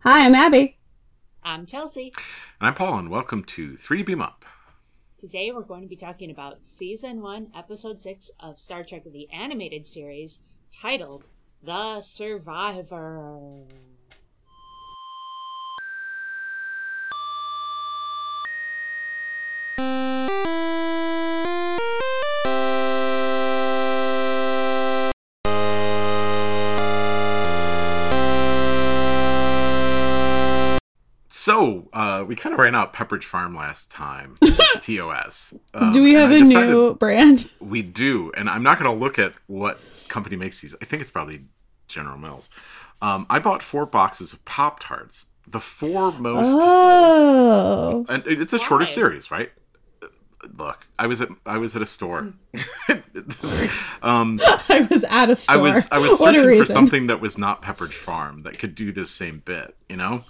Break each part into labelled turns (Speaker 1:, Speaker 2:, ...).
Speaker 1: Hi, I'm Abby.
Speaker 2: I'm Chelsea.
Speaker 3: And I'm Paul, and welcome to 3 Beam Up.
Speaker 2: Today we're going to be talking about Season 1, Episode 6 of Star Trek The Animated Series, titled The Survivor.
Speaker 3: So, uh, we kind of ran out Pepperidge Farm last time, TOS. Um,
Speaker 1: Do we
Speaker 3: and
Speaker 1: have
Speaker 3: I
Speaker 1: a
Speaker 3: decided-
Speaker 1: new brand?
Speaker 3: We do, and I'm not going to look at what company makes these. I think it's probably General Mills. Um, I bought four boxes of Pop Tarts, the four most
Speaker 1: Oh.
Speaker 3: and it- it's a shorter
Speaker 2: Why?
Speaker 3: series, right? Look, I was at I was at a store. um,
Speaker 1: I was at a store.
Speaker 3: I was I was
Speaker 1: what a
Speaker 3: searching for
Speaker 1: reason.
Speaker 3: something that was not Pepperidge Farm that could do this same bit, you know.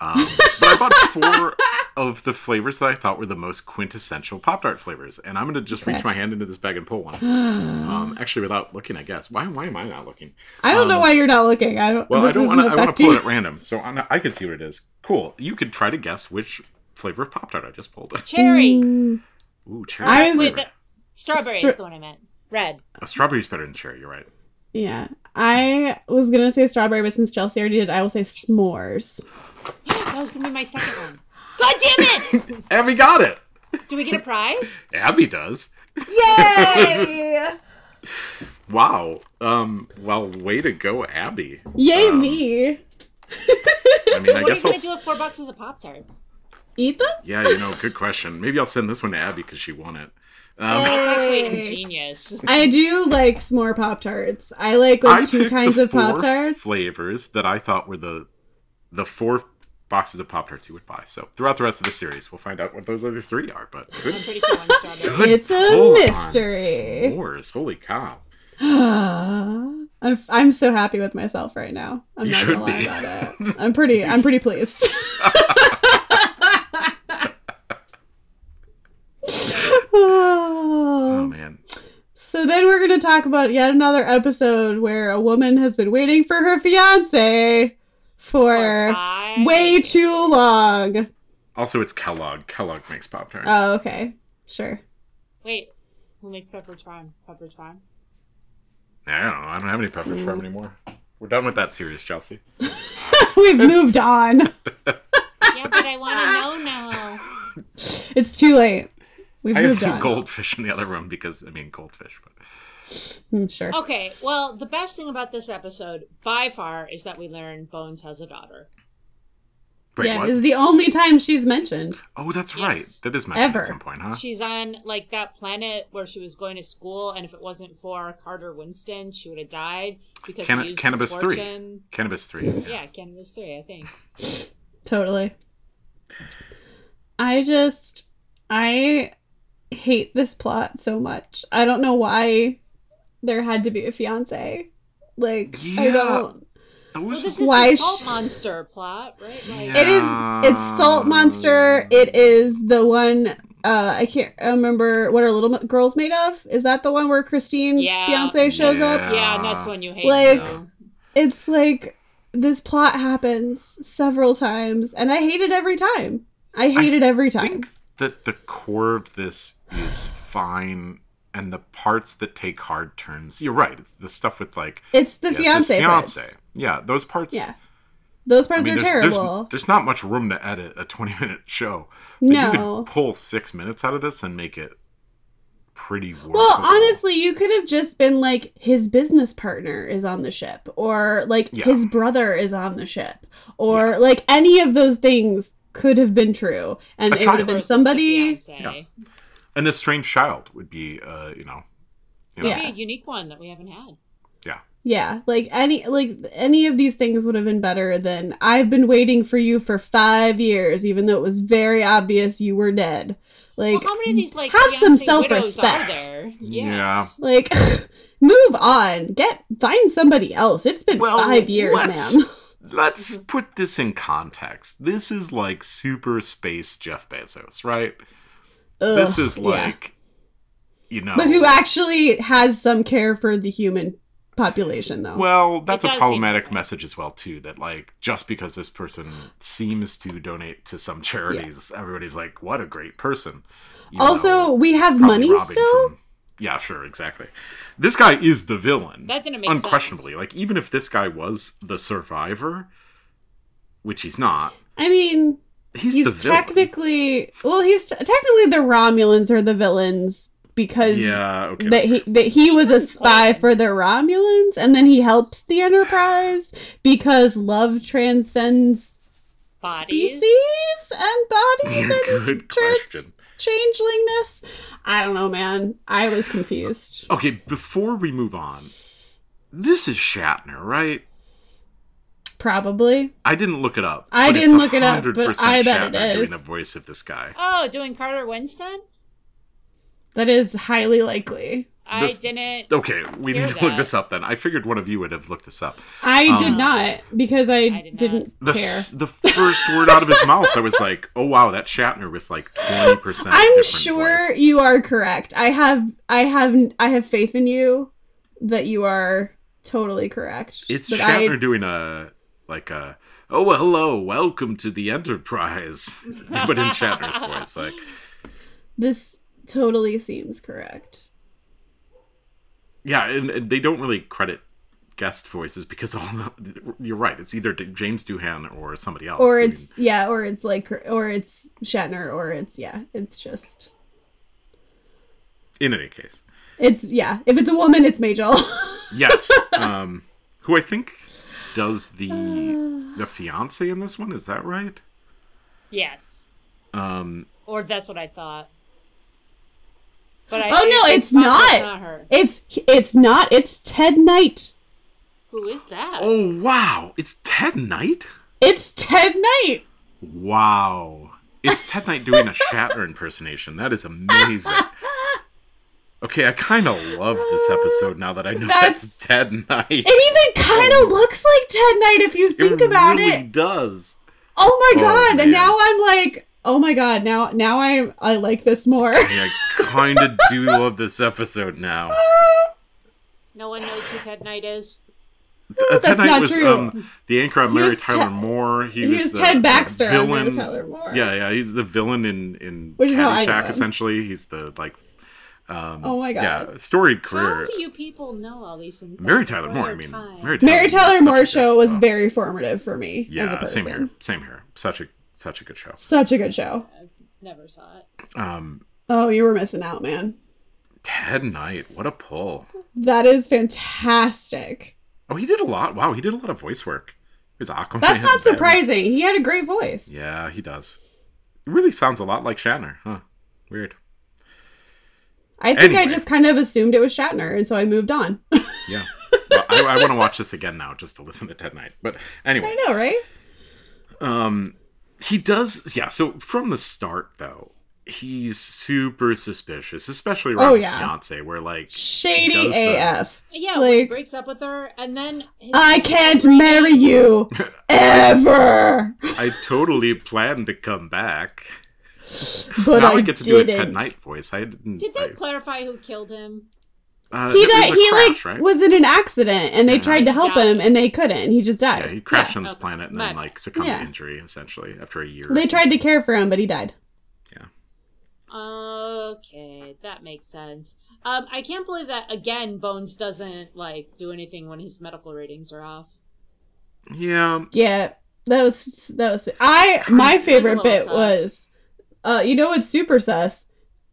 Speaker 3: Um, but I bought four of the flavors that I thought were the most quintessential Pop Tart flavors, and I'm going to just reach
Speaker 1: Okay.
Speaker 3: my hand into this bag and pull one. um, actually, without looking, I guess. Why why am I not looking?
Speaker 1: I don't know
Speaker 3: um,
Speaker 1: why you're not looking. I don't,
Speaker 3: Well,
Speaker 1: this
Speaker 3: I don't
Speaker 1: isn't
Speaker 3: want to. I want to
Speaker 1: affecting
Speaker 3: pull it at random, so I'm not, I can see what it is. Cool. You could try to guess which flavor of Pop Tart I just pulled.
Speaker 2: Cherry!
Speaker 1: Mm.
Speaker 3: Ooh, cherry.
Speaker 1: I was-
Speaker 2: Wait,
Speaker 3: flavor.
Speaker 2: the, strawberry
Speaker 1: Stra-
Speaker 2: is the one I meant. Red.
Speaker 3: Oh, strawberry's better than cherry. You're right.
Speaker 1: Yeah. I was going to say strawberry, but since Chelsea already did, I will say s'mores.
Speaker 2: That was going to be my second one. God damn it!
Speaker 3: Abby got it.
Speaker 2: Do we get a prize?
Speaker 3: Abby does.
Speaker 1: Yay!
Speaker 3: Wow. Um. Well, way to go, Abby.
Speaker 1: Yay,
Speaker 3: Um,
Speaker 1: me.
Speaker 3: I mean, I
Speaker 2: What are you
Speaker 3: guess I'll.
Speaker 2: going to do with four boxes of Pop Tarts?
Speaker 1: Eat them?
Speaker 3: Yeah, you know, good question. Maybe I'll send this one to Abby because she won it. Um,
Speaker 1: Oh,
Speaker 2: That's actually
Speaker 1: Hey.
Speaker 2: ingenious.
Speaker 1: I do like s'more Pop Tarts. I like like
Speaker 3: I
Speaker 1: two
Speaker 3: picked
Speaker 1: kinds
Speaker 3: the
Speaker 1: of
Speaker 3: four
Speaker 1: Pop Tarts.
Speaker 3: flavors that I thought were the the four boxes of Pop Tarts you would buy. So throughout the rest of the series, we'll find out what those other three are. But good,
Speaker 2: I'm pretty sure one's strawberry.
Speaker 3: good
Speaker 1: It's a
Speaker 3: pull on
Speaker 1: mystery.
Speaker 3: s'mores. Holy cow!
Speaker 1: I'm, I'm so happy with myself right now. I'm
Speaker 3: You
Speaker 1: not
Speaker 3: should
Speaker 1: gonna lie
Speaker 3: be.
Speaker 1: about it. I'm pretty I'm pretty pleased. Mm.
Speaker 3: Oh man.
Speaker 1: so then we're gonna talk about yet another episode where a woman has been waiting for her fiance for
Speaker 2: For five
Speaker 1: way too long.
Speaker 3: Also, it's Kellogg. Kellogg makes Pop Tarts.
Speaker 1: Oh, okay. Sure.
Speaker 2: Wait, who makes Pepperidge Farm? Pepperidge Farm?
Speaker 3: I don't know. I don't have any Pepperidge
Speaker 1: Mm.
Speaker 3: Farm anymore. We're done with that series, Chelsea.
Speaker 1: We've moved on.
Speaker 2: Yeah, but I want to know now.
Speaker 1: It's too late. We've
Speaker 3: I have
Speaker 1: moved
Speaker 3: two
Speaker 1: on.
Speaker 3: goldfish in the other room because I mean goldfish. But
Speaker 1: Mm, sure.
Speaker 2: Okay, well, the best thing about this episode by far is that we learn Bones has a daughter.
Speaker 3: wait,
Speaker 1: yeah,
Speaker 3: what?
Speaker 1: it's the only time she's mentioned.
Speaker 3: oh, that's
Speaker 2: Yes.
Speaker 3: right. That is mentioned
Speaker 1: Ever.
Speaker 3: at some point, huh?
Speaker 2: She's on like that planet where she was going to school, and if it wasn't for Carter Winston, she would have died because
Speaker 3: Canna-
Speaker 2: he used
Speaker 3: Cannabis
Speaker 2: his
Speaker 3: 3.
Speaker 2: fortune.
Speaker 3: Cannabis three.
Speaker 2: Yeah, Cannabis Three, I think.
Speaker 1: Totally. I just I hate this plot so much. I don't know why there had to be a fiance. Like I
Speaker 3: Yeah.
Speaker 1: don't
Speaker 2: Well,
Speaker 3: Those.
Speaker 2: this is
Speaker 1: Why
Speaker 2: the
Speaker 1: sh-
Speaker 2: salt monster plot, right? Like,
Speaker 3: Yeah.
Speaker 1: it is it's Salt Monster. It is the one uh I can't remember what are little m- girls made of? Is that the one where Christine's
Speaker 2: Yeah.
Speaker 1: fiance shows up?
Speaker 2: yeah, and that's the one you hate.
Speaker 1: Like-
Speaker 2: so.
Speaker 1: It's like this plot happens several times and I hate it every time. I hate it every
Speaker 3: I
Speaker 1: time.
Speaker 3: think that the core of this is fine, and the parts that take hard turns. You're right. It's the stuff with like
Speaker 1: It's the
Speaker 3: yes, his
Speaker 1: fiance. parts.
Speaker 3: fiance. Yeah, those parts.
Speaker 1: Yeah. Those
Speaker 3: I
Speaker 1: parts
Speaker 3: mean,
Speaker 1: are
Speaker 3: there's, there's-
Speaker 1: terrible.
Speaker 3: There's, not much room to edit a 20 minute show. But You
Speaker 1: No.
Speaker 3: could pull six minutes out of this and make it pretty workable.
Speaker 1: well, honestly, you could have just been like his business partner is on the ship or like
Speaker 3: Yeah.
Speaker 1: his brother is on the ship or like any of those things could have been true and
Speaker 3: A
Speaker 1: it would have
Speaker 3: child.
Speaker 1: been somebody
Speaker 2: Versus the
Speaker 3: Yeah.
Speaker 2: fiance.
Speaker 3: An estranged child would be, uh, you know, you know
Speaker 1: Yeah.
Speaker 2: Maybe a unique one that we haven't had.
Speaker 1: yeah like any like any of these things would have been better than i've been waiting for you for five years even though it was very obvious you were dead like
Speaker 3: um,
Speaker 2: well, how many of these like
Speaker 1: have some
Speaker 2: fiancé widows
Speaker 1: self-respect.
Speaker 2: Are there? Yes.
Speaker 3: Yeah.
Speaker 1: like move on get find somebody else it's been
Speaker 3: Well,
Speaker 1: five years
Speaker 3: let's-
Speaker 1: ma'am
Speaker 3: Let's put this in context. This is like super space Jeff Bezos, right?
Speaker 1: Ugh,
Speaker 3: this is
Speaker 1: yeah.
Speaker 3: like, you know,
Speaker 1: but who actually has some care for the human population, though.
Speaker 3: Well, that's
Speaker 2: does
Speaker 3: a
Speaker 2: seem
Speaker 3: problematic
Speaker 2: that way.
Speaker 3: message as well, too. That like just because this person seems to donate to some charities, everybody's like, "What a great person." You
Speaker 1: also,
Speaker 3: know,
Speaker 1: we have
Speaker 3: probably
Speaker 1: money
Speaker 3: robbing
Speaker 1: still.
Speaker 3: from- Yeah, sure, exactly. This guy is the villain.
Speaker 2: That didn't make sense.
Speaker 3: unquestionably. Like, even if this guy was the survivor, which he's not,
Speaker 1: I mean,
Speaker 3: he's,
Speaker 1: he's
Speaker 3: the villain.
Speaker 1: technically well, he's t- technically the Romulans are the villains because
Speaker 3: yeah, okay.
Speaker 1: that he that he was a
Speaker 2: Good
Speaker 1: spy
Speaker 2: point.
Speaker 1: for the Romulans, and then he helps the Enterprise because love transcends
Speaker 2: Bodies.
Speaker 1: species and bodies and
Speaker 3: Good
Speaker 1: trans-
Speaker 3: question.
Speaker 1: changelingness. I don't know, man. I was confused.
Speaker 3: Okay, before we move on, this is Shatner, right?
Speaker 1: Probably.
Speaker 3: I didn't look it up.
Speaker 1: I
Speaker 3: but it's
Speaker 1: didn't look it up, but
Speaker 3: 100%
Speaker 1: I bet it
Speaker 3: Shatner
Speaker 1: is.
Speaker 3: Doing the voice of this guy.
Speaker 2: Oh, doing Carter Winston?
Speaker 1: That is highly likely.
Speaker 2: I
Speaker 3: This-
Speaker 2: didn't.
Speaker 3: Okay, we
Speaker 2: Hear
Speaker 3: need to look
Speaker 2: that.
Speaker 3: this up then. I figured one of you would have looked this up.
Speaker 1: I did
Speaker 3: Um,
Speaker 1: not because I,
Speaker 2: did
Speaker 1: did not
Speaker 3: The,
Speaker 1: care.
Speaker 3: s- the first word out of his mouth, I was like, oh wow, that's Shatner with like 20%.
Speaker 1: I'm
Speaker 3: different
Speaker 1: sure
Speaker 3: voice.
Speaker 1: you are correct. I have I have I have faith in you that you are totally correct.
Speaker 3: It's
Speaker 1: But I-
Speaker 3: Shatner doing a, like a, oh well, hello, welcome to the Enterprise. but in Shatner's voice, like,
Speaker 1: This totally seems correct.
Speaker 3: yeah, and, and they don't really credit guest voices because all the, you're right it's either D- james doohan or somebody else
Speaker 1: Or
Speaker 3: doing-
Speaker 1: it's yeah, or it's like or it's Shatner or it's yeah, it's just
Speaker 3: in any case
Speaker 1: it's yeah. If it's a woman, it's Majel.
Speaker 3: Yes. um, who I think does the
Speaker 1: Uh.
Speaker 3: the fiance in this one? Is that right?
Speaker 2: Yes.
Speaker 3: Um,
Speaker 2: Or that's what I thought. But I,
Speaker 1: Oh, no,
Speaker 2: I-
Speaker 1: it's
Speaker 2: possibly
Speaker 1: not.
Speaker 2: It's not her.
Speaker 1: it's it's not. It's Ted Knight.
Speaker 2: Who is that?
Speaker 3: oh wow! It's Ted Knight.
Speaker 1: It's Ted Knight.
Speaker 3: Wow! It's Ted Knight doing a Shatner impersonation. That is amazing. Okay, I kind of love this episode now that I know
Speaker 1: That's-
Speaker 3: that's, Ted Knight.
Speaker 1: It even kind of looks like Ted Knight if you think about
Speaker 3: Um, really
Speaker 1: it.
Speaker 3: does.
Speaker 1: Oh my
Speaker 3: Oh,
Speaker 1: god!
Speaker 3: man.
Speaker 1: And now I'm like, oh my god! Now now I I like this more.
Speaker 3: Yeah, I kind of do love this episode now.
Speaker 2: No one knows who Ted Knight is.
Speaker 3: Uh, Ted
Speaker 1: That's
Speaker 3: Knight
Speaker 1: not
Speaker 3: was
Speaker 1: true.
Speaker 3: um, the anchor on
Speaker 1: He
Speaker 3: Mary
Speaker 1: was
Speaker 3: Tyler
Speaker 1: Ted-
Speaker 3: Moore. He,
Speaker 1: He was
Speaker 3: the-
Speaker 1: Maybe
Speaker 3: the
Speaker 1: Baxter. on
Speaker 3: villain.
Speaker 1: Mary Tyler Moore.
Speaker 3: Yeah, yeah, he's the villain in in
Speaker 1: Which is how I know
Speaker 3: Caddyshack,
Speaker 1: him.
Speaker 3: essentially. He's the like. Um,
Speaker 1: Oh my God.
Speaker 3: Yeah, storied
Speaker 2: How
Speaker 3: career.
Speaker 2: do you people know all these things?
Speaker 3: Mary
Speaker 2: Like,
Speaker 3: Tyler
Speaker 2: for
Speaker 3: Moore.
Speaker 2: your
Speaker 3: I mean,
Speaker 2: time.
Speaker 3: Mary Tyler,
Speaker 1: Mary Tyler
Speaker 3: such a
Speaker 1: Moore
Speaker 3: good-
Speaker 1: show was
Speaker 3: oh,
Speaker 1: very formative for me as a
Speaker 3: Yeah,
Speaker 1: person.
Speaker 3: same here. Same here. Such a such a good show.
Speaker 1: Such a good show.
Speaker 2: Never saw it.
Speaker 3: Um,
Speaker 1: Oh, you were missing out, man.
Speaker 3: Ted Knight, what a pull!
Speaker 1: That is fantastic.
Speaker 3: Oh, he did a lot. Wow, he did a lot of voice work. He was Aquaman.
Speaker 1: That's not
Speaker 3: Batman.
Speaker 1: surprising. He had a great voice.
Speaker 3: Yeah, he does. It really sounds a lot like Shatner, huh? Weird.
Speaker 1: I think I
Speaker 3: Anyway.
Speaker 1: just kind of assumed it was Shatner, and so I moved on.
Speaker 3: Yeah. Well, I, I want to watch this again now just to listen to Ted Knight. But anyway,
Speaker 1: I know, right?
Speaker 3: Um, he does. Yeah. So from the start, though, he's super suspicious, especially around
Speaker 1: Oh,
Speaker 3: his
Speaker 1: yeah.
Speaker 3: fiance, where like
Speaker 1: Shady
Speaker 3: He does that.
Speaker 1: AF.
Speaker 2: Yeah, when he
Speaker 1: Like-
Speaker 2: breaks up with her, and then his
Speaker 3: Uh,
Speaker 1: I
Speaker 2: name
Speaker 1: can't
Speaker 2: is-
Speaker 1: marry you ever,
Speaker 3: I totally planned to come back.
Speaker 1: but
Speaker 3: now
Speaker 1: I,
Speaker 3: I get to
Speaker 1: didn't.
Speaker 3: do a Ted Knight voice. I didn't.
Speaker 2: Did they
Speaker 3: I-
Speaker 2: clarify who killed him?
Speaker 3: uh,
Speaker 1: he
Speaker 3: it was
Speaker 1: died.
Speaker 3: a
Speaker 1: He like
Speaker 3: crash, right?
Speaker 1: was in an accident, and they
Speaker 3: Yeah.
Speaker 1: tried to help
Speaker 2: Died.
Speaker 1: him, and they couldn't. He just died.
Speaker 3: Yeah, he crashed on this
Speaker 2: Okay.
Speaker 3: planet and
Speaker 2: My
Speaker 3: then
Speaker 2: bad.
Speaker 3: like succumbed
Speaker 1: Yeah.
Speaker 3: to injury essentially after a year. or
Speaker 1: They
Speaker 3: so.
Speaker 1: tried to care for him, but he died.
Speaker 2: Okay, that makes sense. Um, I can't believe that again. Bones doesn't like do anything when his medical ratings are off.
Speaker 3: Yeah.
Speaker 1: Yeah, that was that was. I my
Speaker 2: It was a
Speaker 1: favorite
Speaker 2: little
Speaker 1: bit
Speaker 2: sus.
Speaker 1: was, uh, you know what's super sus?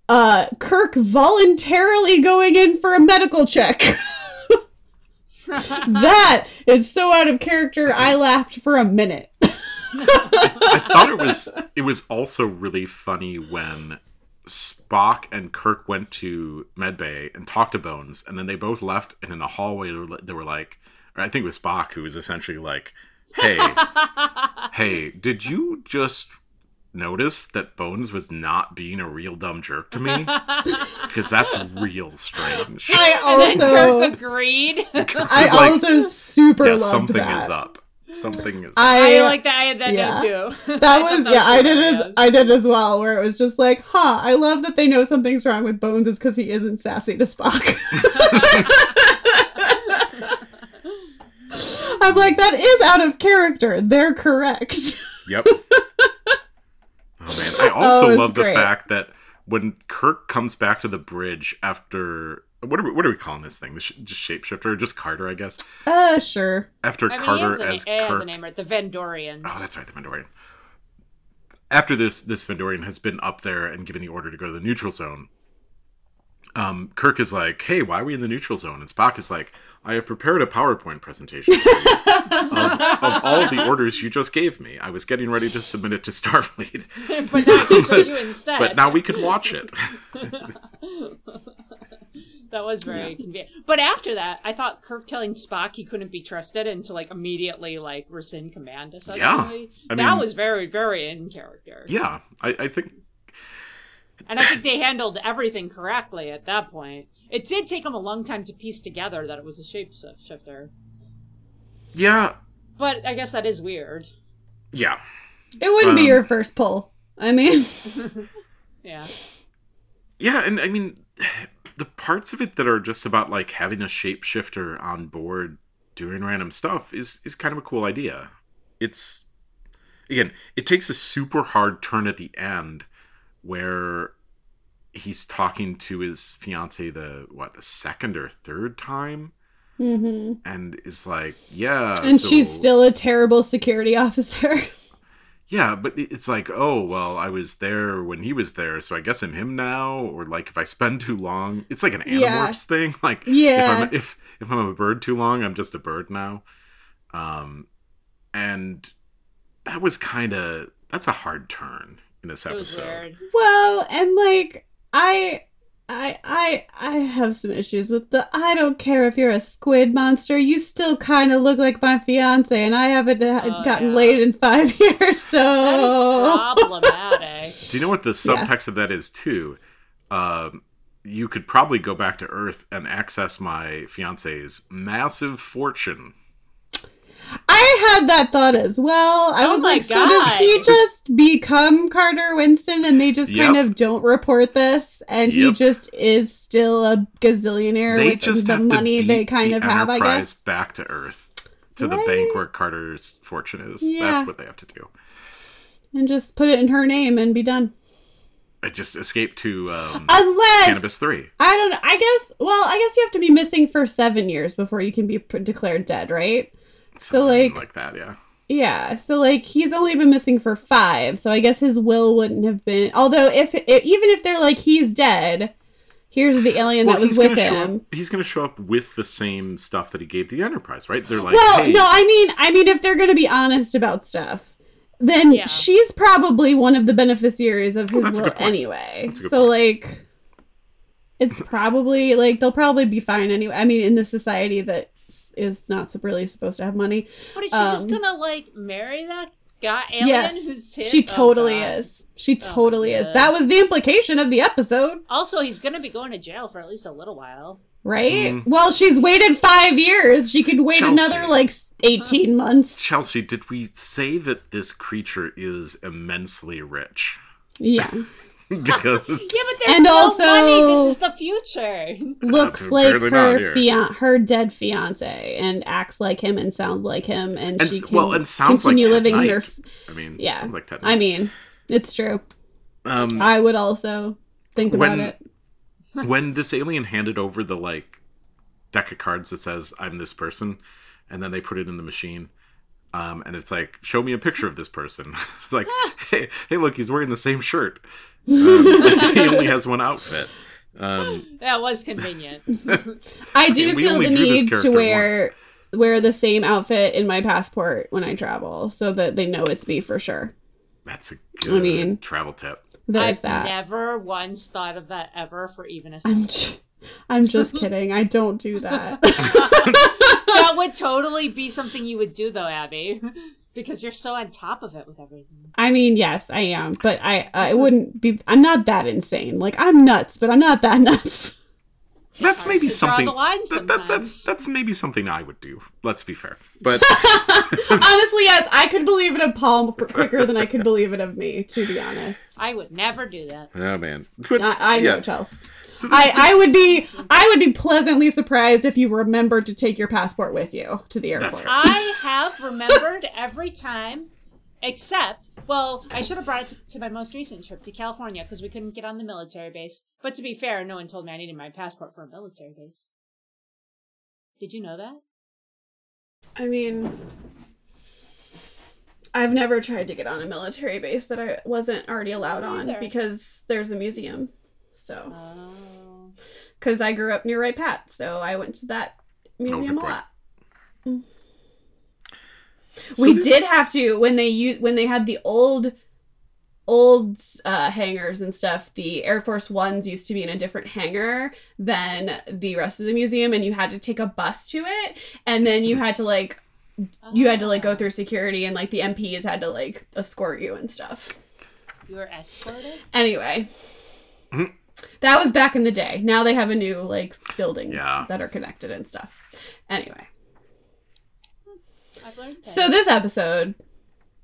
Speaker 1: Uh, Kirk voluntarily going in for a medical check. that is so out of character. I laughed for a minute.
Speaker 3: I thought it was it was also really funny when Spock and Kirk went to medbay and talked to Bones, and then they both left, and in the hallway they were, they were like, or I think it was Spock who was essentially like, "Hey, hey, did you just notice that Bones was not being a real dumb jerk to me? Because that's real strange."
Speaker 1: I
Speaker 2: And then Kirk
Speaker 1: also
Speaker 2: agreed.
Speaker 3: Kirk
Speaker 1: I
Speaker 3: was like,
Speaker 1: also super
Speaker 3: yeah,
Speaker 1: loved
Speaker 3: something
Speaker 1: that.
Speaker 3: is up. Something is. up.
Speaker 1: I,
Speaker 2: I like that. I had that note too.
Speaker 1: that
Speaker 2: I thought
Speaker 1: was yeah. I did as
Speaker 2: hilarious.
Speaker 1: I did as well. Where it was just like, huh. I love that they know something's wrong with Bones is because he isn't sassy to Spock. I'm like, that is out of character. They're correct.
Speaker 3: Yep. oh man, I
Speaker 2: Oh,
Speaker 3: also
Speaker 1: it's
Speaker 3: love
Speaker 1: great.
Speaker 3: the fact that when Kirk comes back to the bridge after what are we, what are we calling this thing? The sh- just shapeshifter, or just Carter, I guess.
Speaker 1: Uh, sure.
Speaker 3: After
Speaker 2: I mean,
Speaker 3: Carter
Speaker 2: he
Speaker 3: as
Speaker 2: has, an, he has a
Speaker 3: Kirk.
Speaker 2: name, right? The Vandorians.
Speaker 3: Oh, that's right, the Vendorian. After this, this Vendorian has been up there and given the order to go to the neutral zone. Um, Kirk is like, "Hey, why are we in the neutral zone?" And Spock is like, "I have prepared a PowerPoint presentation for you of, of all the orders you just gave me. I was getting ready to submit it to Starfleet,
Speaker 2: but now I'll show you instead.
Speaker 3: but now we could watch it."
Speaker 2: that was very convenient. But after that, I thought Kirk telling Spock he couldn't be trusted and to like immediately like rescind command essentially.
Speaker 3: I
Speaker 2: that
Speaker 3: mean-
Speaker 2: was very, very in character.
Speaker 3: yeah, I, I think
Speaker 2: And I think they handled everything correctly at that point. It did take them a long time to piece together that it was a shapeshifter.
Speaker 3: yeah,
Speaker 2: But I guess that is weird.
Speaker 3: yeah.
Speaker 1: It wouldn't be
Speaker 3: Um,
Speaker 1: your first pull. I mean,
Speaker 2: Yeah.
Speaker 3: Yeah, and I mean, the parts of it that are just about like having a shapeshifter on board doing random stuff is is kind of a cool idea. It's again, it takes a super hard turn at the end where he's talking to his fiance the what the second or third time
Speaker 1: hmm
Speaker 3: and is like yeah
Speaker 1: and
Speaker 3: so-
Speaker 1: she's still a terrible security officer.
Speaker 3: Yeah, but it- it's like, oh well, I was there when he was there, so I guess I'm him now. Or like, if I spend too long, it's like an Animorphs
Speaker 1: Yeah.
Speaker 3: thing. Like,
Speaker 1: Yeah.
Speaker 3: if I'm if if I'm a bird too long, I'm just a bird now. Um, and that was kind of that's a hard turn in this
Speaker 2: It was
Speaker 3: episode.
Speaker 2: weird.
Speaker 1: Well, and like I I I I have some issues with the I don't care if you're a squid monster, you still kind of look like my fiance and I haven't ha-
Speaker 2: Oh,
Speaker 1: gotten
Speaker 2: yeah.
Speaker 1: laid in 5 years.
Speaker 2: That
Speaker 1: So
Speaker 2: is problematic.
Speaker 3: Do you know what the
Speaker 1: Yeah.
Speaker 3: subtext of that is too? Um, you could probably go back to Earth and access my fiance's massive fortune.
Speaker 1: I had that thought as well. I
Speaker 2: Oh
Speaker 1: was
Speaker 2: my
Speaker 1: like, so does he
Speaker 2: God.
Speaker 1: just become Carter Winston and they just kind
Speaker 3: Yep.
Speaker 1: of don't report this and he
Speaker 3: Yep.
Speaker 1: just is still a gazillionaire
Speaker 3: they
Speaker 1: with
Speaker 3: just
Speaker 1: the
Speaker 3: have
Speaker 1: money
Speaker 3: to beat
Speaker 1: they kind
Speaker 3: the
Speaker 1: of have, I
Speaker 3: Enterprise
Speaker 1: guess.
Speaker 3: back to Earth, to
Speaker 1: Right?
Speaker 3: the bank where Carter's fortune is.
Speaker 1: Yeah.
Speaker 3: That's what they have to do.
Speaker 1: And just put it in her name and be done.
Speaker 3: I just escaped to um,
Speaker 1: Unless
Speaker 3: Cannabis Three.
Speaker 1: I don't know. I guess. Well, I guess you have to be missing for seven years before you can be p- declared dead, right? So,
Speaker 3: Something
Speaker 1: like,
Speaker 3: like that, yeah.
Speaker 1: yeah. So, like, he's only been missing for five. So, I guess his will wouldn't have been. Although, if, if even if they're like he's dead, here's the alien
Speaker 3: Well,
Speaker 1: that was
Speaker 3: he's gonna
Speaker 1: with
Speaker 3: show
Speaker 1: him.
Speaker 3: Up, he's going to show up with the same stuff that he gave the Enterprise, right? They're like,
Speaker 1: well,
Speaker 3: hey,
Speaker 1: no, I mean, I mean, if they're gonna be honest about stuff, then
Speaker 2: Yeah.
Speaker 1: she's probably one of the beneficiaries of his
Speaker 3: Oh, that's a
Speaker 1: will
Speaker 3: good point.
Speaker 1: anyway.
Speaker 3: That's a good
Speaker 1: So, like, it's probably like they'll probably be fine anyway. I mean, in the society that s- is not sup- really supposed to have money,
Speaker 2: But is she just
Speaker 1: Um,
Speaker 2: gonna like marry that guy alien
Speaker 1: yes,
Speaker 2: who's hit?
Speaker 1: she
Speaker 2: Oh,
Speaker 1: totally
Speaker 2: God.
Speaker 1: is. She totally is.
Speaker 2: God.
Speaker 1: That was the implication of the episode,
Speaker 2: Also, he's gonna be going to jail for at least a little while.
Speaker 1: right? Well, she's waited five years. She could wait another
Speaker 3: Mm-hmm. Chelsea.
Speaker 1: like s- eighteen months.
Speaker 3: Chelsea, did we say that this creature is immensely rich?
Speaker 1: Yeah,
Speaker 3: because
Speaker 2: Yeah, but there's
Speaker 1: And
Speaker 2: no
Speaker 1: also-
Speaker 2: money. This is the future.
Speaker 1: looks
Speaker 3: Uh,
Speaker 1: like
Speaker 3: barely not
Speaker 1: her
Speaker 3: here.
Speaker 1: fian- her dead fiance and acts like him and sounds like him and,
Speaker 3: and
Speaker 1: she can
Speaker 3: well, and sounds
Speaker 1: continue
Speaker 3: like Ted
Speaker 1: living
Speaker 3: Knight.
Speaker 1: her f-
Speaker 3: I mean,
Speaker 1: yeah.
Speaker 3: sounds like Ted
Speaker 1: I
Speaker 3: Knight.
Speaker 1: mean, it's true.
Speaker 3: um,
Speaker 1: I would also think about
Speaker 3: When-
Speaker 1: it.
Speaker 3: when this alien handed over the like deck of cards that says I'm this person, and then they put it in the machine, um, and it's like, show me a picture of this person. it's like,
Speaker 1: Ah.
Speaker 3: hey, hey, look, he's wearing the same shirt. Um, like, he only has one outfit. Um,
Speaker 2: That was convenient.
Speaker 1: I do
Speaker 3: we
Speaker 1: feel
Speaker 3: only
Speaker 1: the
Speaker 3: drew this
Speaker 1: need to
Speaker 3: character
Speaker 1: wear wear the same outfit in my passport when I travel so that they know it's me for sure.
Speaker 3: that's a good
Speaker 1: mean-
Speaker 3: travel tip.
Speaker 1: There's
Speaker 2: I've
Speaker 1: that.
Speaker 2: never once thought of that ever for even a
Speaker 1: I'm
Speaker 2: second.
Speaker 1: j- I'm just kidding. I don't do that.
Speaker 2: that would totally be something you would do though, Abby, because you're so on top of it with everything.
Speaker 1: I mean, yes, I am, but I I wouldn't be I'm not that insane. Like I'm nuts, but I'm not that nuts.
Speaker 3: That's maybe
Speaker 2: to draw the
Speaker 3: something.
Speaker 2: line
Speaker 3: that- that- that's
Speaker 2: sometimes.
Speaker 3: that's maybe something I would do. Let's be fair, but
Speaker 1: Honestly, yes, I could believe it of Paul for quicker than I could believe it of me, to be honest.
Speaker 2: I would never do that.
Speaker 3: oh man, But,
Speaker 1: I, I know
Speaker 3: yeah.
Speaker 1: Chels.
Speaker 3: So there's
Speaker 1: I,
Speaker 3: this-
Speaker 1: I would be I would be pleasantly surprised if you remembered to take your passport with you to the
Speaker 3: That's
Speaker 1: airport.
Speaker 2: I have remembered every time, except, well, I should have brought it to, to my most recent trip to California because we couldn't get on the military base. But to be fair, no one told me I needed my passport for a military base. Did you know that?
Speaker 1: I mean, I've never tried to get on a military base that I wasn't already allowed on
Speaker 2: Neither.
Speaker 1: because there's a museum. So,
Speaker 2: Oh.
Speaker 1: because I grew up near Wright Pat, so I went to that museum a
Speaker 3: point.
Speaker 1: lot. Mm.
Speaker 3: so
Speaker 1: we
Speaker 3: this-
Speaker 1: did have to when they u- when they had the old old uh, hangars and stuff the air force ones used to be in a different hangar than the rest of the museum and you had to take a bus to it and then you had to like you had to like go through security and like the mps had to like escort you and stuff
Speaker 2: You were escorted?
Speaker 1: anyway that was back in the day now they have a new like buildings
Speaker 3: Yeah.
Speaker 1: that are connected and stuff anyway
Speaker 2: I've learned that.
Speaker 1: so this episode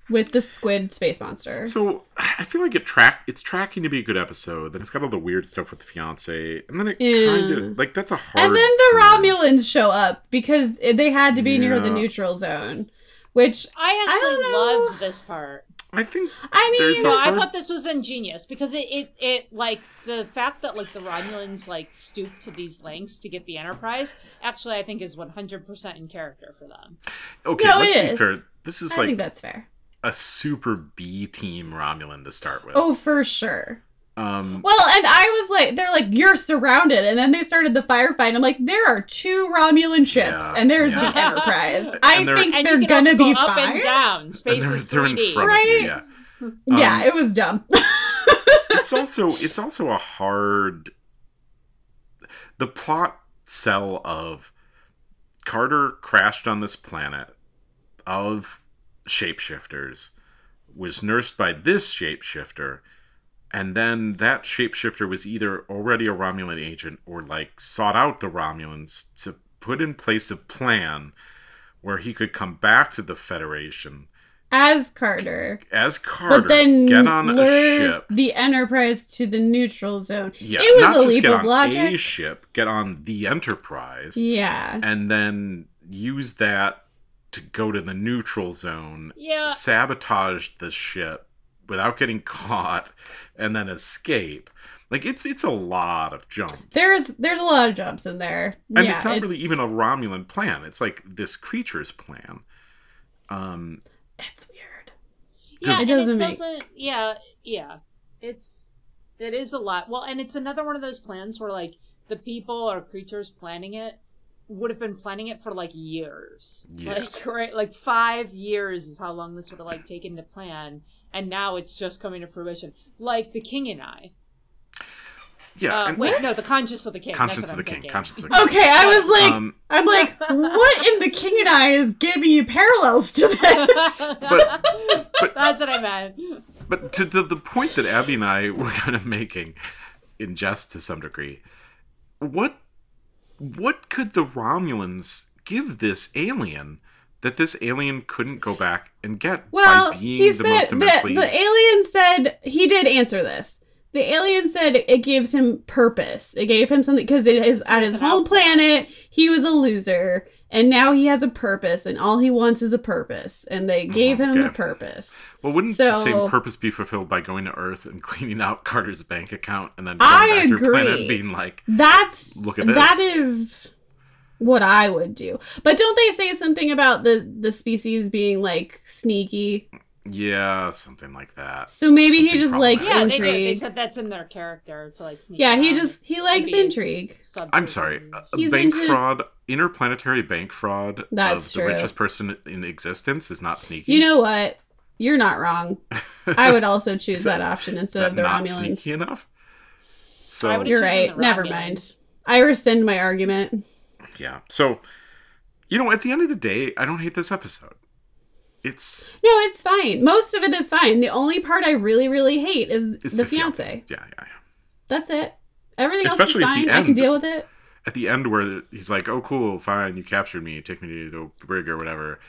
Speaker 1: with the squid space monster
Speaker 3: So I feel like it track it's tracking to be a good episode. Then it's got all the weird stuff with the fiance, and then it
Speaker 1: Yeah.
Speaker 3: kind of like that's a hard.
Speaker 1: And then the
Speaker 3: turn.
Speaker 1: Romulans show up because they had to be near the
Speaker 3: Yeah.
Speaker 1: neutral zone, which
Speaker 2: I actually
Speaker 1: don't know.
Speaker 2: loved this part.
Speaker 3: I think
Speaker 1: I mean,
Speaker 3: There's
Speaker 2: No, I
Speaker 3: hard-
Speaker 2: thought this was ingenious because it, it, it like the fact that like the Romulans like stooped to these lengths to get the Enterprise actually I think is one hundred percent in character for them.
Speaker 3: okay.
Speaker 1: No,
Speaker 3: let's
Speaker 1: it
Speaker 3: be
Speaker 1: is.
Speaker 3: fair. This is
Speaker 1: I
Speaker 3: like
Speaker 1: think that's fair.
Speaker 3: a super B team Romulan to start with.
Speaker 1: Oh, for sure.
Speaker 3: Um,
Speaker 1: Well, and I was like, they're like, you're surrounded, and then they started the firefight. I'm like, there are two Romulan ships,
Speaker 3: Yeah,
Speaker 1: and there's the
Speaker 2: yeah.
Speaker 1: Enterprise.
Speaker 3: And
Speaker 1: I
Speaker 3: they're-
Speaker 1: think
Speaker 2: And
Speaker 1: they're
Speaker 2: you can
Speaker 1: gonna
Speaker 2: also
Speaker 1: be
Speaker 2: go up and
Speaker 1: fine.
Speaker 2: down.
Speaker 3: and
Speaker 2: Space
Speaker 3: they're,
Speaker 2: is
Speaker 3: they're
Speaker 2: three
Speaker 3: in
Speaker 2: D.
Speaker 3: front of
Speaker 1: Right?
Speaker 3: you. Yeah.
Speaker 1: Yeah,
Speaker 3: Um,
Speaker 1: it was dumb.
Speaker 3: it's also it's also a hard the plot cell of Carter crashed on this planet of shapeshifters was nursed by this shapeshifter and then that shapeshifter was either already a Romulan agent or like sought out the Romulans to put in place a plan where he could come back to the Federation
Speaker 1: As Carter.
Speaker 3: as Carter
Speaker 1: but then
Speaker 3: get on a
Speaker 1: lure
Speaker 3: ship
Speaker 1: the Enterprise to the neutral zone.
Speaker 3: Yeah,
Speaker 1: it was
Speaker 3: not
Speaker 1: a
Speaker 3: just
Speaker 1: leap
Speaker 3: get
Speaker 1: of
Speaker 3: on
Speaker 1: logic.
Speaker 3: a ship, get on the Enterprise,
Speaker 1: yeah.
Speaker 3: and then use that to go to the neutral zone,
Speaker 2: Yeah.
Speaker 3: sabotage the ship without getting caught, and then escape. Like it's it's a lot of jumps,
Speaker 1: There's there's a lot of jumps in there.
Speaker 3: and
Speaker 1: yeah,
Speaker 3: it's not really even a Romulan plan. It's like this creature's plan. Um,
Speaker 1: It's weird.
Speaker 2: Yeah,
Speaker 1: It
Speaker 2: and
Speaker 1: doesn't
Speaker 2: it
Speaker 1: make-
Speaker 2: doesn't yeah, yeah. It's it is a lot. Well, and it's another one of those plans where like the people or creatures planning it would have been planning it for like years.
Speaker 3: Yeah.
Speaker 2: Like right like five years is how long this would have like taken to plan, and now it's just coming to fruition. Like the king and I.
Speaker 3: yeah,
Speaker 2: Uh,
Speaker 3: and
Speaker 2: wait,
Speaker 3: that's-
Speaker 2: no, the conscience of the king.
Speaker 3: conscience
Speaker 2: That's
Speaker 3: of
Speaker 2: what
Speaker 3: the
Speaker 2: I'm
Speaker 3: king,
Speaker 2: thinking.
Speaker 3: conscience of the king.
Speaker 1: Okay, I was Oh, like,
Speaker 3: Um,
Speaker 1: I'm like, what in the King and I is giving you parallels to this?
Speaker 3: But- but-
Speaker 2: That's what I meant.
Speaker 3: But to, to the point that Abby and I were kind of making, in jest to some degree, what what could the Romulans give this alien that this alien couldn't go back and get
Speaker 1: Well,
Speaker 3: by
Speaker 1: he
Speaker 3: being the
Speaker 1: said
Speaker 3: most
Speaker 1: the,
Speaker 3: immensely?
Speaker 1: the alien said he did answer this. The alien said it gives him purpose. It gave him something because it is
Speaker 2: So
Speaker 1: at
Speaker 2: it's
Speaker 1: his
Speaker 2: an
Speaker 1: home
Speaker 2: outcast.
Speaker 1: planet. He was a loser, and now he has a purpose, and all he wants is a purpose. And
Speaker 3: Oh
Speaker 1: they gave him the
Speaker 3: okay.
Speaker 1: purpose.
Speaker 3: well, wouldn't the
Speaker 1: so-
Speaker 3: same purpose be fulfilled by going to Earth and cleaning out Carter's bank account and then going
Speaker 1: I
Speaker 3: back to your planet
Speaker 1: agree.
Speaker 3: and being like,
Speaker 1: That's
Speaker 3: Look at this.
Speaker 1: that is what I would do. But don't they say something about the the species being like sneaky?
Speaker 3: yeah, something like that?
Speaker 1: So maybe he
Speaker 3: Something
Speaker 1: just likes
Speaker 2: Yeah, they, did. they
Speaker 1: intrigue.
Speaker 2: said that's in their character to like sneak.
Speaker 1: yeah, he
Speaker 2: around
Speaker 1: just he
Speaker 2: and
Speaker 1: likes
Speaker 2: be a
Speaker 1: intrigue.
Speaker 2: sub-
Speaker 3: I'm sorry, uh, a- a
Speaker 1: He's
Speaker 3: bank
Speaker 1: into-
Speaker 3: fraud, interplanetary bank fraud
Speaker 1: That's
Speaker 3: of the
Speaker 1: true.
Speaker 3: richest person in existence is not sneaky.
Speaker 1: You know what? You're not wrong. I would also choose that option instead
Speaker 3: that
Speaker 1: of the
Speaker 3: not
Speaker 1: Romulans.
Speaker 3: sneaky enough. So
Speaker 2: I would've-
Speaker 1: You're
Speaker 2: Choosing
Speaker 1: right.
Speaker 2: the
Speaker 1: Never
Speaker 2: Romulans.
Speaker 1: mind. I rescind my argument.
Speaker 3: yeah, so you know, at the end of the day, I don't hate this episode. It's
Speaker 1: No, it's fine. Most of it is fine. The only part I really, really hate is
Speaker 3: it's
Speaker 1: the fiance.
Speaker 3: Yeah, yeah, yeah.
Speaker 1: That's it. Everything
Speaker 3: Especially at
Speaker 1: else
Speaker 3: the
Speaker 1: is fine. I can
Speaker 3: end.
Speaker 1: deal with it.
Speaker 3: At the end, where he's like, "Oh, cool, fine, you captured me. Take me to the brig or whatever,"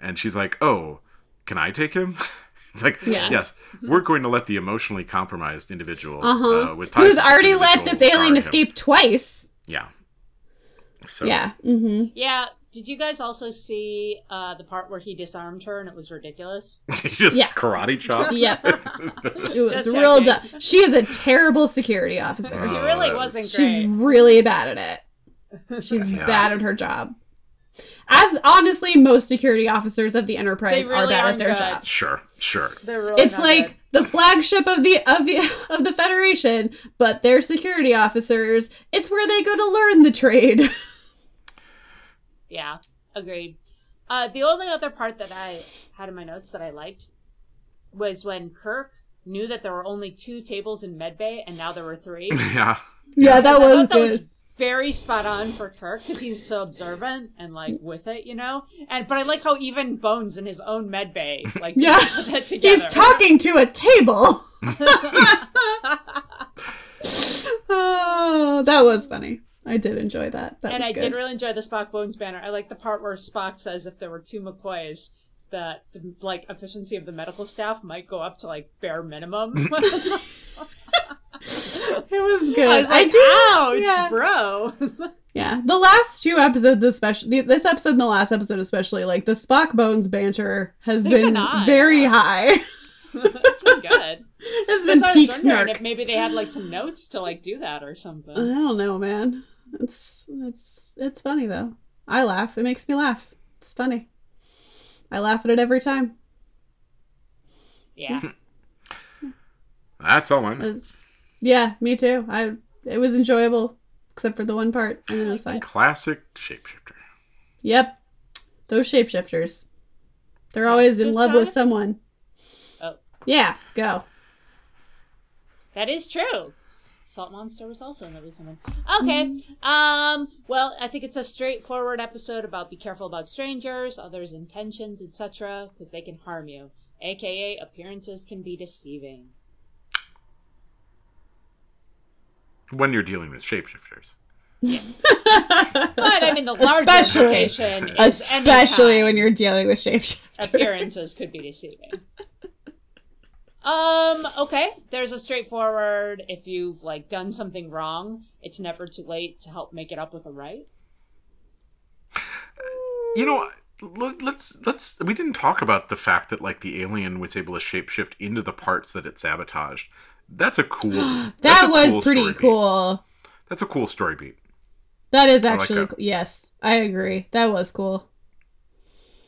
Speaker 3: and she's like, "Oh, can I take him?" It's like,
Speaker 1: Yeah. Mm-hmm.
Speaker 3: yes, we're going to let the emotionally compromised individual
Speaker 1: Uh-huh.
Speaker 3: uh, with ties
Speaker 1: Who's
Speaker 3: to
Speaker 1: already let
Speaker 3: individual
Speaker 1: this alien
Speaker 3: guard him.
Speaker 1: escape twice.
Speaker 3: Yeah. So,
Speaker 1: Yeah. Mm-hmm.
Speaker 2: Yeah. Did you guys also see uh, the part where he disarmed her and it was ridiculous?
Speaker 3: he just
Speaker 1: Yeah.
Speaker 3: karate chop.
Speaker 1: Yep. It was
Speaker 2: Just
Speaker 1: real dumb.
Speaker 2: checking.
Speaker 1: She is a terrible security officer.
Speaker 2: She
Speaker 3: Oh,
Speaker 2: really
Speaker 3: that
Speaker 2: wasn't great.
Speaker 1: She's really bad at it. She's
Speaker 3: Yeah.
Speaker 1: bad at her job. As honestly, most security officers of the Enterprise
Speaker 2: They
Speaker 1: are
Speaker 2: really
Speaker 1: bad at
Speaker 2: aren't
Speaker 1: their
Speaker 2: good.
Speaker 1: job.
Speaker 3: Sure, sure.
Speaker 2: They're really
Speaker 1: It's
Speaker 2: not
Speaker 1: like
Speaker 2: good.
Speaker 1: the flagship of the of the of the Federation, but their security officers. It's where they go to learn the trade.
Speaker 2: yeah, agreed. Uh, the only other part that I had in my notes that I liked was when Kirk knew that there were only two tables in medbay and now there were three.
Speaker 3: Yeah.
Speaker 1: Yeah, that
Speaker 2: I
Speaker 1: was
Speaker 2: thought that was
Speaker 1: good.
Speaker 2: very spot on for Kirk because he's so observant and like with it, you know. And but I like how even Bones in his own med bay like
Speaker 1: Yeah.
Speaker 2: put that together.
Speaker 1: He's talking to a table. oh, that was funny. I did enjoy that. That
Speaker 2: and
Speaker 1: was
Speaker 2: I
Speaker 1: good.
Speaker 2: did really enjoy the Spock Bones banner. I like the part where Spock says if there were two McCoys, that the like efficiency of the medical staff might go up to like bare minimum. I
Speaker 1: it was good.
Speaker 2: was like, "Ah,
Speaker 1: do.
Speaker 2: ouch,
Speaker 1: yeah.
Speaker 2: bro.
Speaker 1: Yeah, the last two episodes, especially this episode and the last episode, especially like the Spock Bones banter has
Speaker 2: They've
Speaker 1: been
Speaker 2: been high.
Speaker 1: very high.
Speaker 2: That's been good.
Speaker 1: it's
Speaker 2: That's
Speaker 1: been
Speaker 2: why I
Speaker 1: peak
Speaker 2: was wondering
Speaker 1: snark. Uh,
Speaker 2: if maybe they had like some notes to like do that or
Speaker 1: I
Speaker 2: something.
Speaker 1: don't know, man. It's it's it's funny though. I laugh. It makes me laugh. It's funny. I laugh at it every time.
Speaker 2: Yeah.
Speaker 3: That's all I know.
Speaker 1: It's- yeah, me too. I it was enjoyable except for the one part, and then it was
Speaker 2: I
Speaker 1: fine.
Speaker 3: Classic shapeshifter.
Speaker 1: Yep, those shapeshifters. They're always in
Speaker 2: just
Speaker 1: love
Speaker 2: how
Speaker 1: with
Speaker 2: it-
Speaker 1: someone.
Speaker 2: Oh.
Speaker 1: Yeah, go.
Speaker 2: That is true. Salt Monster was also in the recent one. Okay. Um, well, I think it's a straightforward episode about be careful about strangers, others' intentions, etc., because they can harm you. AKA, appearances can be deceiving.
Speaker 3: When you're dealing with shapeshifters.
Speaker 2: But I mean, the larger
Speaker 1: Especially-
Speaker 2: implication is
Speaker 1: Especially
Speaker 2: anytime
Speaker 1: when you're dealing with shapeshifters.
Speaker 2: appearances could be deceiving. Um, okay. There's a straightforward if you've like done something wrong, it's never too late to help make it up with a right.
Speaker 3: You know, let- let's let's we didn't talk about the fact that like the alien was able to shapeshift into the parts that it sabotaged. That's a cool. that's a
Speaker 1: That was
Speaker 3: cool
Speaker 1: pretty
Speaker 3: story beat.
Speaker 1: cool.
Speaker 3: That's a cool story beat.
Speaker 1: That is
Speaker 3: I like
Speaker 1: actually
Speaker 3: that.
Speaker 1: cool. yes, I agree. That was cool.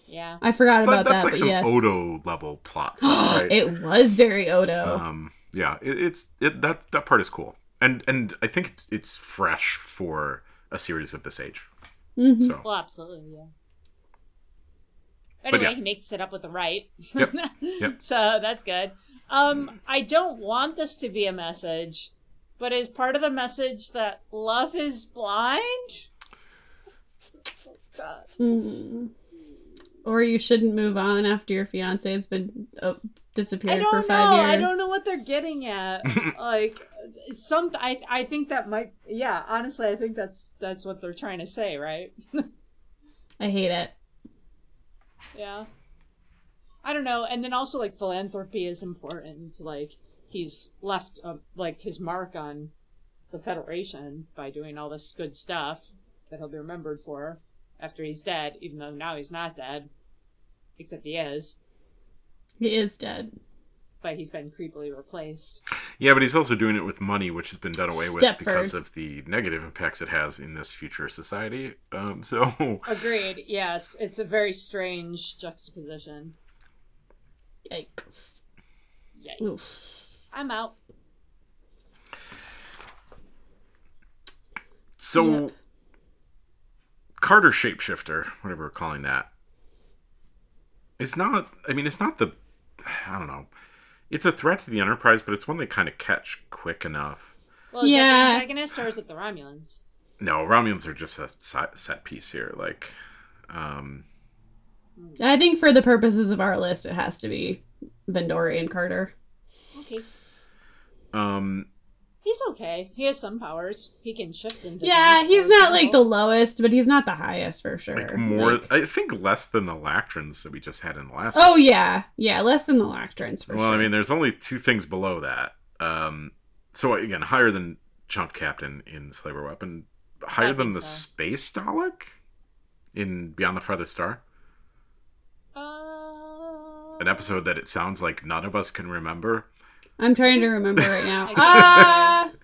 Speaker 2: Yeah.
Speaker 1: I forgot
Speaker 3: It's like-
Speaker 1: about
Speaker 3: that's
Speaker 1: that,
Speaker 3: like
Speaker 1: but
Speaker 3: some
Speaker 1: yes,
Speaker 3: Odo level plot, stuff, right?
Speaker 1: it was very Odo.
Speaker 3: um, yeah, it, it's it, that that part is cool, and and I think it's, it's fresh for a series of this age.
Speaker 1: Mhm.
Speaker 3: So
Speaker 2: Well, absolutely, yeah.
Speaker 3: But
Speaker 2: Anyway,
Speaker 3: yeah.
Speaker 2: he makes it up with the right.
Speaker 3: Yep, yep.
Speaker 2: So that's good. Um, I don't want this to be a message, but is part of the message that love is blind? God.
Speaker 1: Mm. Or you shouldn't move on after your fiance has been uh,
Speaker 2: I
Speaker 1: disappeared
Speaker 2: don't
Speaker 1: for
Speaker 2: know.
Speaker 1: five years.
Speaker 2: I don't know what they're getting at. like some, I I think that might. Yeah, honestly, I think that's that's what they're trying to say, right?
Speaker 1: I hate it.
Speaker 2: Yeah. I don't know. And then also, like, philanthropy is important. Like, he's left, uh, like, his mark on the Federation by doing all this good stuff that he'll be remembered for after he's dead, even though now he's not dead. Except he is,
Speaker 1: He is dead.
Speaker 2: but he's been creepily replaced.
Speaker 3: yeah, but he's also doing it with money, which has been done away with
Speaker 1: Stepford.
Speaker 3: because of the negative impacts it has in this future society. Um, so
Speaker 2: Agreed. Yes. It's a very strange juxtaposition.
Speaker 1: Yikes.
Speaker 2: Yikes.
Speaker 1: Oof.
Speaker 2: I'm out.
Speaker 3: so Carter shapeshifter, whatever we're calling that, it's not. I mean, it's not the. I don't know. It's a threat to the Enterprise, but it's one they kind of catch quick enough.
Speaker 2: Well, is
Speaker 1: Yeah.
Speaker 2: that the antagonist or is it the Romulans?
Speaker 3: No, Romulans are just a si- set piece here. Like, um,
Speaker 1: I think for the purposes of our list, it has to be Vendori and Carter.
Speaker 2: Okay.
Speaker 3: um,
Speaker 2: He's okay. He has some powers. He can shift into.
Speaker 1: Yeah,
Speaker 2: things,
Speaker 1: he's
Speaker 2: for
Speaker 1: not like the
Speaker 2: example.
Speaker 1: lowest, but he's not the highest for sure.
Speaker 3: Like more,
Speaker 1: Like-
Speaker 3: I think less than the Lactrans that we just had in the last.
Speaker 1: oh yeah, yeah, less than the Lactrans for
Speaker 3: well,
Speaker 1: sure.
Speaker 3: I mean, there's only two things below that. Um, so again, higher than Chump Captain in Slaver Weapon, higher than
Speaker 2: think
Speaker 3: the
Speaker 2: so.
Speaker 3: Space Dalek in Beyond the Farthest Star,
Speaker 2: Uh,
Speaker 3: an episode that it sounds like none of us can remember.
Speaker 1: I'm trying to remember right now.
Speaker 2: I
Speaker 1: Ah,
Speaker 2: can't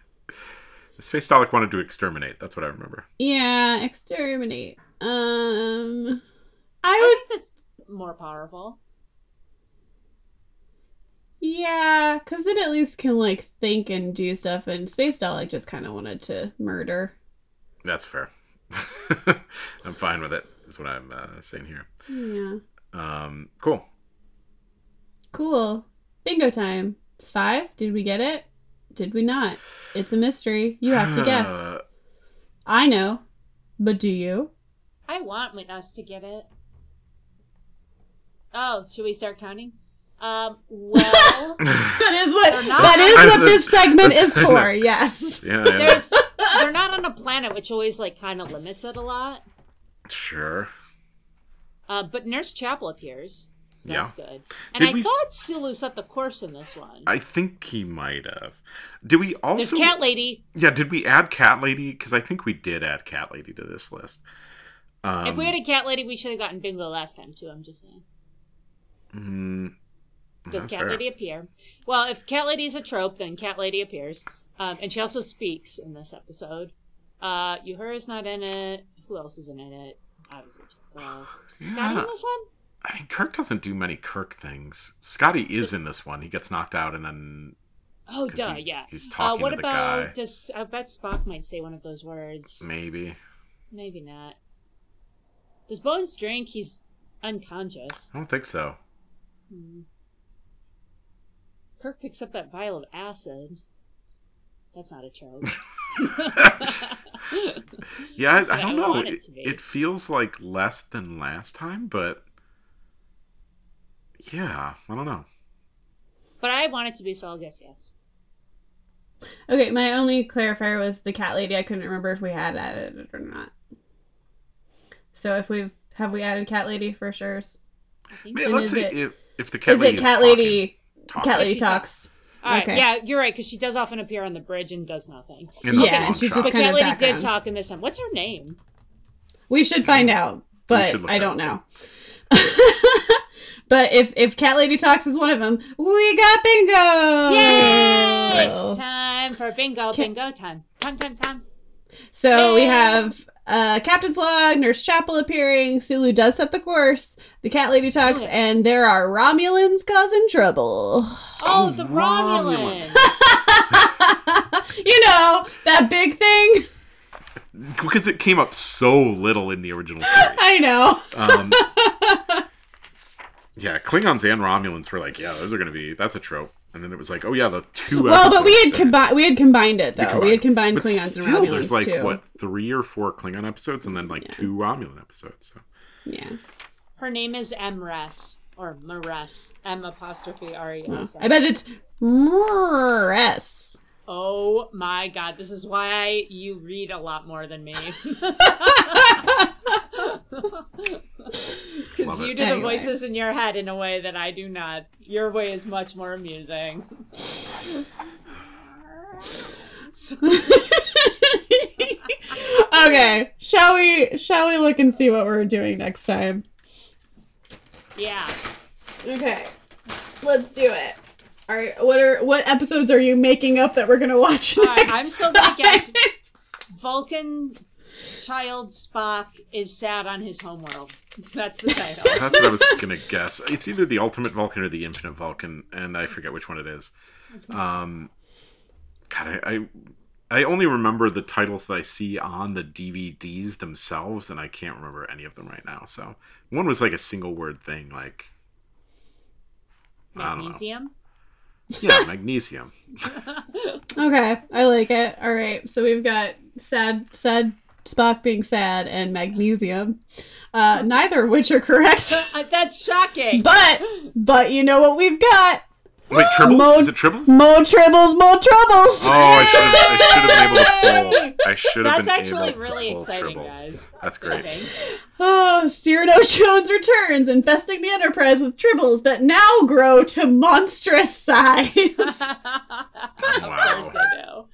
Speaker 3: The Space Dalek wanted to exterminate. That's what I remember.
Speaker 1: yeah, exterminate. Um, I
Speaker 2: I think that's more powerful.
Speaker 1: would, yeah, because it at least can like think and do stuff. And Space Dalek just kind of wanted to murder.
Speaker 3: That's fair. I'm fine with it. Is what I'm uh, saying here.
Speaker 1: Yeah,
Speaker 3: Um, cool.
Speaker 1: cool. Bingo time. Five. Did we get it? Did we not? It's a mystery. You have to guess. I know, but do you?
Speaker 2: I want with us to get it. Oh, should we start counting? Um, well,
Speaker 1: That is what
Speaker 2: They're not-
Speaker 1: that is
Speaker 3: That's-
Speaker 1: what this segment
Speaker 3: that's-
Speaker 1: is for. Yes.
Speaker 3: yeah, yeah,
Speaker 2: there's they're not on a planet, which always like kind of limits it a lot.
Speaker 3: sure.
Speaker 2: Uh, but Nurse Chapel appears. So that's good. And
Speaker 3: Did
Speaker 2: I
Speaker 3: we-
Speaker 2: thought Silu set the course in this one.
Speaker 3: I think he might have. Did we
Speaker 2: There's
Speaker 3: also?
Speaker 2: Cat Lady.
Speaker 3: Yeah, did we add Cat Lady? Because I think we did add Cat Lady to this list. Um,
Speaker 2: if we had a Cat Lady, we should have gotten Bingo last time too. I'm just saying.
Speaker 3: mm,
Speaker 2: Does
Speaker 3: that's
Speaker 2: Cat
Speaker 3: fair.
Speaker 2: Lady appear? Well, if Cat Lady is a trope, then Cat Lady appears, um, and she also speaks in this episode. Uh, Uhura's not in it. Who else isn't in it? Obviously, Chekhov. Scotty
Speaker 3: Yeah.
Speaker 2: in this one?
Speaker 3: I mean, Kirk doesn't do many Kirk things. Scotty is in this one. He gets knocked out, and then
Speaker 2: Oh,
Speaker 3: 'Cause
Speaker 2: duh,
Speaker 3: he-
Speaker 2: yeah.
Speaker 3: he's
Speaker 2: Uh,
Speaker 3: talking
Speaker 2: what
Speaker 3: to the
Speaker 2: about
Speaker 3: guy.
Speaker 2: does I bet Spock might say one of those words?
Speaker 3: maybe
Speaker 2: Maybe not. Does Bones drink? He's unconscious.
Speaker 3: I don't think so.
Speaker 2: Hmm. Kirk picks up that vial of acid. That's not a trope.
Speaker 3: Yeah, I,
Speaker 2: But
Speaker 3: I
Speaker 2: I
Speaker 3: don't know.
Speaker 2: want it
Speaker 3: It,
Speaker 2: to be.
Speaker 3: it feels like less than last time, but yeah, I don't know.
Speaker 2: but I want it to be, so I'll guess yes.
Speaker 1: Okay, my only clarifier was the cat lady. I couldn't remember if we had added it or not. So if we've have we added cat lady for sure? Is
Speaker 2: I think.
Speaker 3: Man,
Speaker 1: And
Speaker 3: let's
Speaker 1: is
Speaker 3: see
Speaker 1: it-
Speaker 3: if, if the cat lady
Speaker 1: it cat lady?
Speaker 3: talking-
Speaker 1: Cat
Speaker 2: If
Speaker 1: lady
Speaker 2: she
Speaker 1: talks.
Speaker 2: All right,
Speaker 1: Okay.
Speaker 2: yeah, you're right because she does often appear on the bridge and does nothing.
Speaker 3: in the
Speaker 1: Yeah, and
Speaker 3: long
Speaker 1: she's
Speaker 3: shot.
Speaker 1: just
Speaker 2: But
Speaker 1: kind
Speaker 2: Cat
Speaker 1: of
Speaker 2: Lady did
Speaker 1: background.
Speaker 2: talk in this time. What's her name?
Speaker 1: We should find out,
Speaker 3: should
Speaker 1: but
Speaker 3: look
Speaker 1: I
Speaker 3: it
Speaker 1: don't know.
Speaker 3: up.
Speaker 1: but if if cat lady talks is one of them, we got bingo.
Speaker 2: Yay!
Speaker 3: Nice.
Speaker 2: Time for bingo,
Speaker 1: Ca-
Speaker 2: bingo time. Time, time, time.
Speaker 1: So we
Speaker 2: Yay.
Speaker 1: have uh, Captain's Log, Nurse Chapel appearing, Sulu does set the course, the Cat Lady talks,
Speaker 2: Ooh.
Speaker 1: and there are Romulans causing trouble.
Speaker 2: Oh,
Speaker 3: Oh,
Speaker 2: the Romulan.
Speaker 3: Romulan.
Speaker 1: you know, that big thing.
Speaker 3: because it came up so little in the original series.
Speaker 1: I know.
Speaker 3: Um, yeah, Klingons and Romulans were like, yeah, those are gonna be that's a trope. And then it was like, oh yeah, the two.
Speaker 1: Well, but we had
Speaker 3: episodes that-
Speaker 1: combined we had combined it though. We had combined
Speaker 3: But
Speaker 1: Klingons and
Speaker 3: still,
Speaker 1: Romulans
Speaker 3: There's like
Speaker 1: too.
Speaker 3: what three or four Klingon episodes, and then like two Romulan episodes. So
Speaker 1: Yeah.
Speaker 2: Her name is Emress or Maress. M apostrophe R E
Speaker 1: Well,
Speaker 2: S.
Speaker 1: I bet it's Morris.
Speaker 2: Oh my god, this is why you read a lot more than me. Because
Speaker 3: Love
Speaker 2: you
Speaker 3: it.
Speaker 2: do the
Speaker 1: Anyway.
Speaker 2: voices in your head in a way that I do not. Your way is much more amusing.
Speaker 1: okay. Shall we shall we look and see what we're doing next time?
Speaker 2: Yeah.
Speaker 1: Okay. Let's do it. All right. What are what episodes are you making up that we're gonna watch
Speaker 2: All right,
Speaker 1: next
Speaker 2: I'm still
Speaker 1: time?
Speaker 2: gonna guess. Vulcan child Spock is sad on his homeworld. That's the title.
Speaker 3: that's what I was gonna guess. It's either the Ultimate Vulcan or the Infinite Vulcan, and I forget which one it is. Um, God, I. I I only remember the titles that I see on the DVDs themselves, and I can't remember any of them right now. So one was like a single word thing, like I don't know.
Speaker 2: Magnesium.
Speaker 3: yeah, magnesium.
Speaker 1: Okay, I like it. All right, so we've got sad, sad Spock being sad and magnesium, uh, neither of which are correct.
Speaker 2: Uh, That's shocking.
Speaker 1: But but you know what we've got?
Speaker 3: Wait, Tribbles?
Speaker 1: Mo-
Speaker 3: Is it Tribbles?
Speaker 1: Mo tribbles, mo troubles.
Speaker 3: Oh, I should have I should have been able to pull. I should have
Speaker 2: That's
Speaker 3: been
Speaker 2: actually
Speaker 3: able to
Speaker 2: really
Speaker 3: pull
Speaker 2: exciting,
Speaker 3: Tribbles.
Speaker 2: guys.
Speaker 3: That's great.
Speaker 2: Okay.
Speaker 1: Oh, Cyrano Jones returns, infesting the Enterprise with tribbles that now grow to monstrous size.
Speaker 2: Of course
Speaker 3: Wow.
Speaker 2: they do.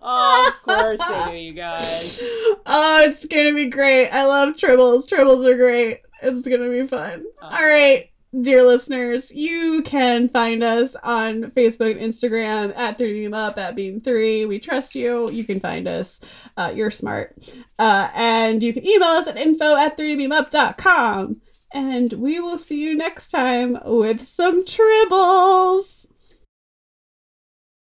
Speaker 2: Oh, of course they do, you guys.
Speaker 1: oh, it's gonna be great. I love tribbles. Tribbles are great. It's gonna be fun. All right, dear listeners, you can find us on Facebook and Instagram at 3 Beam Up, at Beam 3. We trust you. You can find us. Uh, you're smart. Uh, and you can email us at info at 3beamup.com. And we will see you next time with some tribbles.